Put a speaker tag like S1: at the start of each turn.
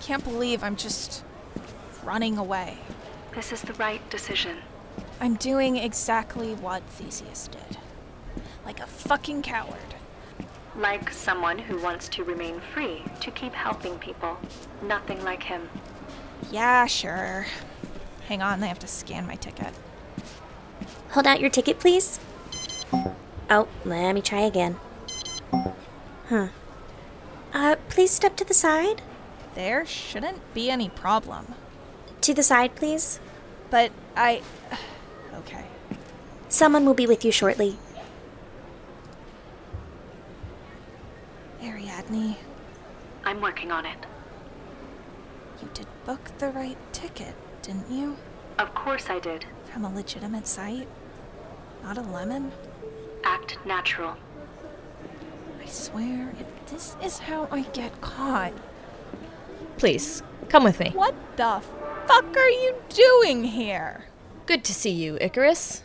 S1: can't believe I'm just running away.
S2: This is the right decision.
S1: I'm doing exactly what Theseus did. Like a fucking coward.
S2: Like someone who wants to remain free, to keep helping people. Nothing like him.
S1: Yeah, sure. Hang on, they have to scan my ticket.
S3: Hold out your ticket, please. Oh, let me try again. Huh. Uh, please step to the side.
S1: There shouldn't be any problem.
S3: To the side, please.
S1: But I. Okay.
S3: Someone will be with you shortly.
S1: Ariadne,
S2: I'm working on it.
S1: you did book the right ticket, didn't you?
S2: Of course I did.
S1: From a legitimate site? Not a lemon?
S2: Act natural.
S1: I swear, if this is how I get caught,
S4: Please, come with me.
S1: what the fuck are you doing here?
S4: Good to see you, Icarus.